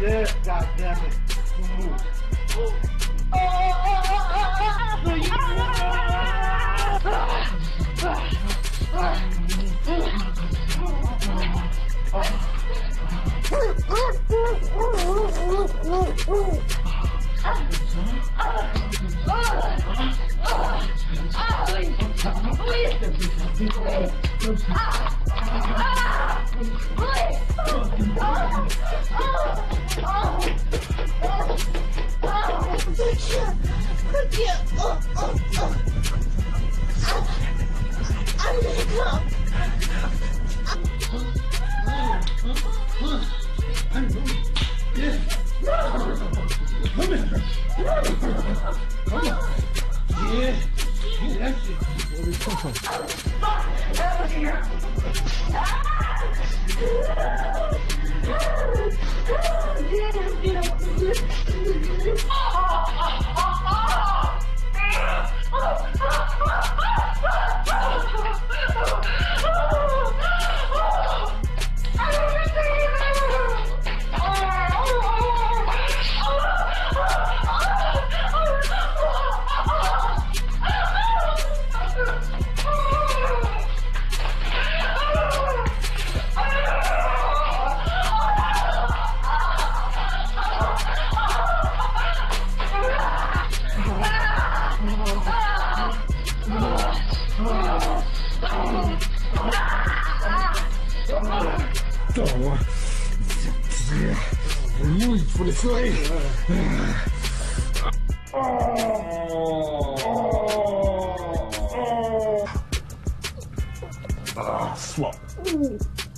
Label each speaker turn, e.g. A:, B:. A: Yes, goddammit.
B: Toma. Muito por isso aí. Ah, sua